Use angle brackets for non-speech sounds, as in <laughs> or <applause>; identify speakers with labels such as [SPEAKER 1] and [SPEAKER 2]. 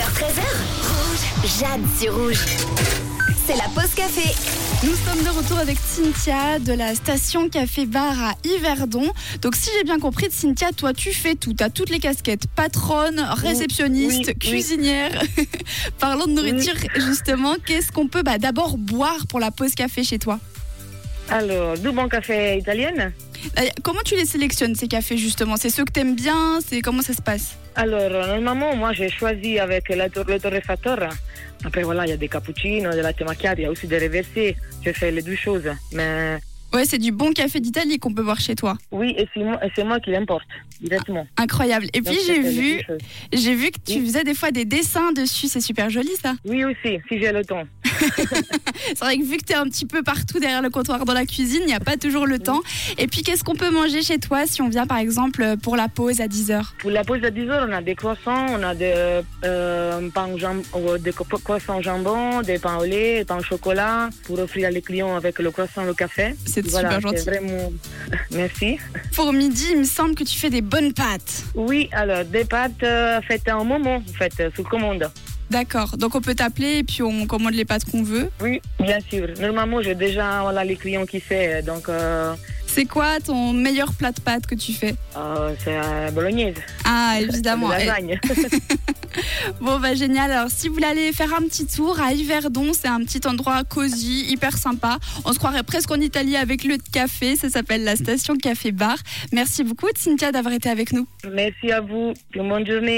[SPEAKER 1] 9h13h. Rouge. Jade sur Rouge. C'est la pause café.
[SPEAKER 2] Nous sommes de retour avec Cynthia de la station Café Bar à Yverdon. Donc si j'ai bien compris, Cynthia, toi tu fais tout, t'as toutes les casquettes, patronne, réceptionniste,
[SPEAKER 3] oui, oui.
[SPEAKER 2] cuisinière. <laughs> Parlons de nourriture justement, qu'est-ce qu'on peut bah, d'abord boire pour la pause café chez toi
[SPEAKER 3] Alors, du bon café italienne.
[SPEAKER 2] Euh, Comment tu les sélectionnes ces cafés justement C'est ceux que t'aimes bien C'est comment ça se passe
[SPEAKER 3] Alors, normalement, moi, j'ai choisi avec la tor- le torréfacteur. Après, voilà, il y a des cappuccinos, de latte macchiato, il y a aussi des réversés. Je fais les deux choses. Mais
[SPEAKER 2] Ouais, c'est du bon café d'Italie qu'on peut boire chez toi.
[SPEAKER 3] oui, et c'est moi, et c'est moi qui l'importe, directement.
[SPEAKER 2] Incroyable. Et puis
[SPEAKER 3] Donc, je
[SPEAKER 2] Ah, j'ai
[SPEAKER 3] fais les
[SPEAKER 2] vu,
[SPEAKER 3] deux choses.
[SPEAKER 2] j'ai vu que tu
[SPEAKER 3] Oui.
[SPEAKER 2] faisais des fois des dessins dessus, c'est super joli ça.
[SPEAKER 3] Oui, aussi, si j'ai le temps.
[SPEAKER 2] C'est vrai que vu que tu es un petit peu partout derrière le comptoir dans la cuisine, il n'y a pas toujours le temps. Et puis, qu'est-ce qu'on peut manger chez toi si on vient par exemple pour la pause à 10h
[SPEAKER 3] Pour la pause à 10 heures, on a des croissants, on a des, euh, pains au jam- ou des co- croissants au jambon, des pains au lait, des pains au chocolat, pour offrir à les clients avec le croissant, le café.
[SPEAKER 2] C'est
[SPEAKER 3] Voilà,
[SPEAKER 2] super gentil.
[SPEAKER 3] c'est vraiment... <laughs> Merci.
[SPEAKER 2] Pour midi, il me semble que tu fais des bonnes pâtes.
[SPEAKER 3] Oui, alors des pâtes euh, faites en moment, en fait, euh, sur commande.
[SPEAKER 2] D'accord. Donc, on peut t'appeler et puis on commande les pâtes qu'on veut.
[SPEAKER 3] Oui, bien sûr. Normalement, j'ai déjà voilà, les clients qui savent, donc euh,
[SPEAKER 2] C'est quoi ton meilleur plat de pâtes que tu fais
[SPEAKER 3] euh, c'est euh, bolognaise. <laughs>
[SPEAKER 2] Ah, évidemment.
[SPEAKER 3] de
[SPEAKER 2] Et-
[SPEAKER 3] lasagne. <laughs>
[SPEAKER 2] Bon, bah génial. Alors, si vous voulez aller faire un petit tour à Yverdon, c'est un petit endroit cosy, hyper sympa. On se croirait presque en Italie avec le café. Ça s'appelle la station Café Bar. Merci beaucoup, Cynthia, d'avoir été avec nous.
[SPEAKER 3] Merci à vous. Bonne journée.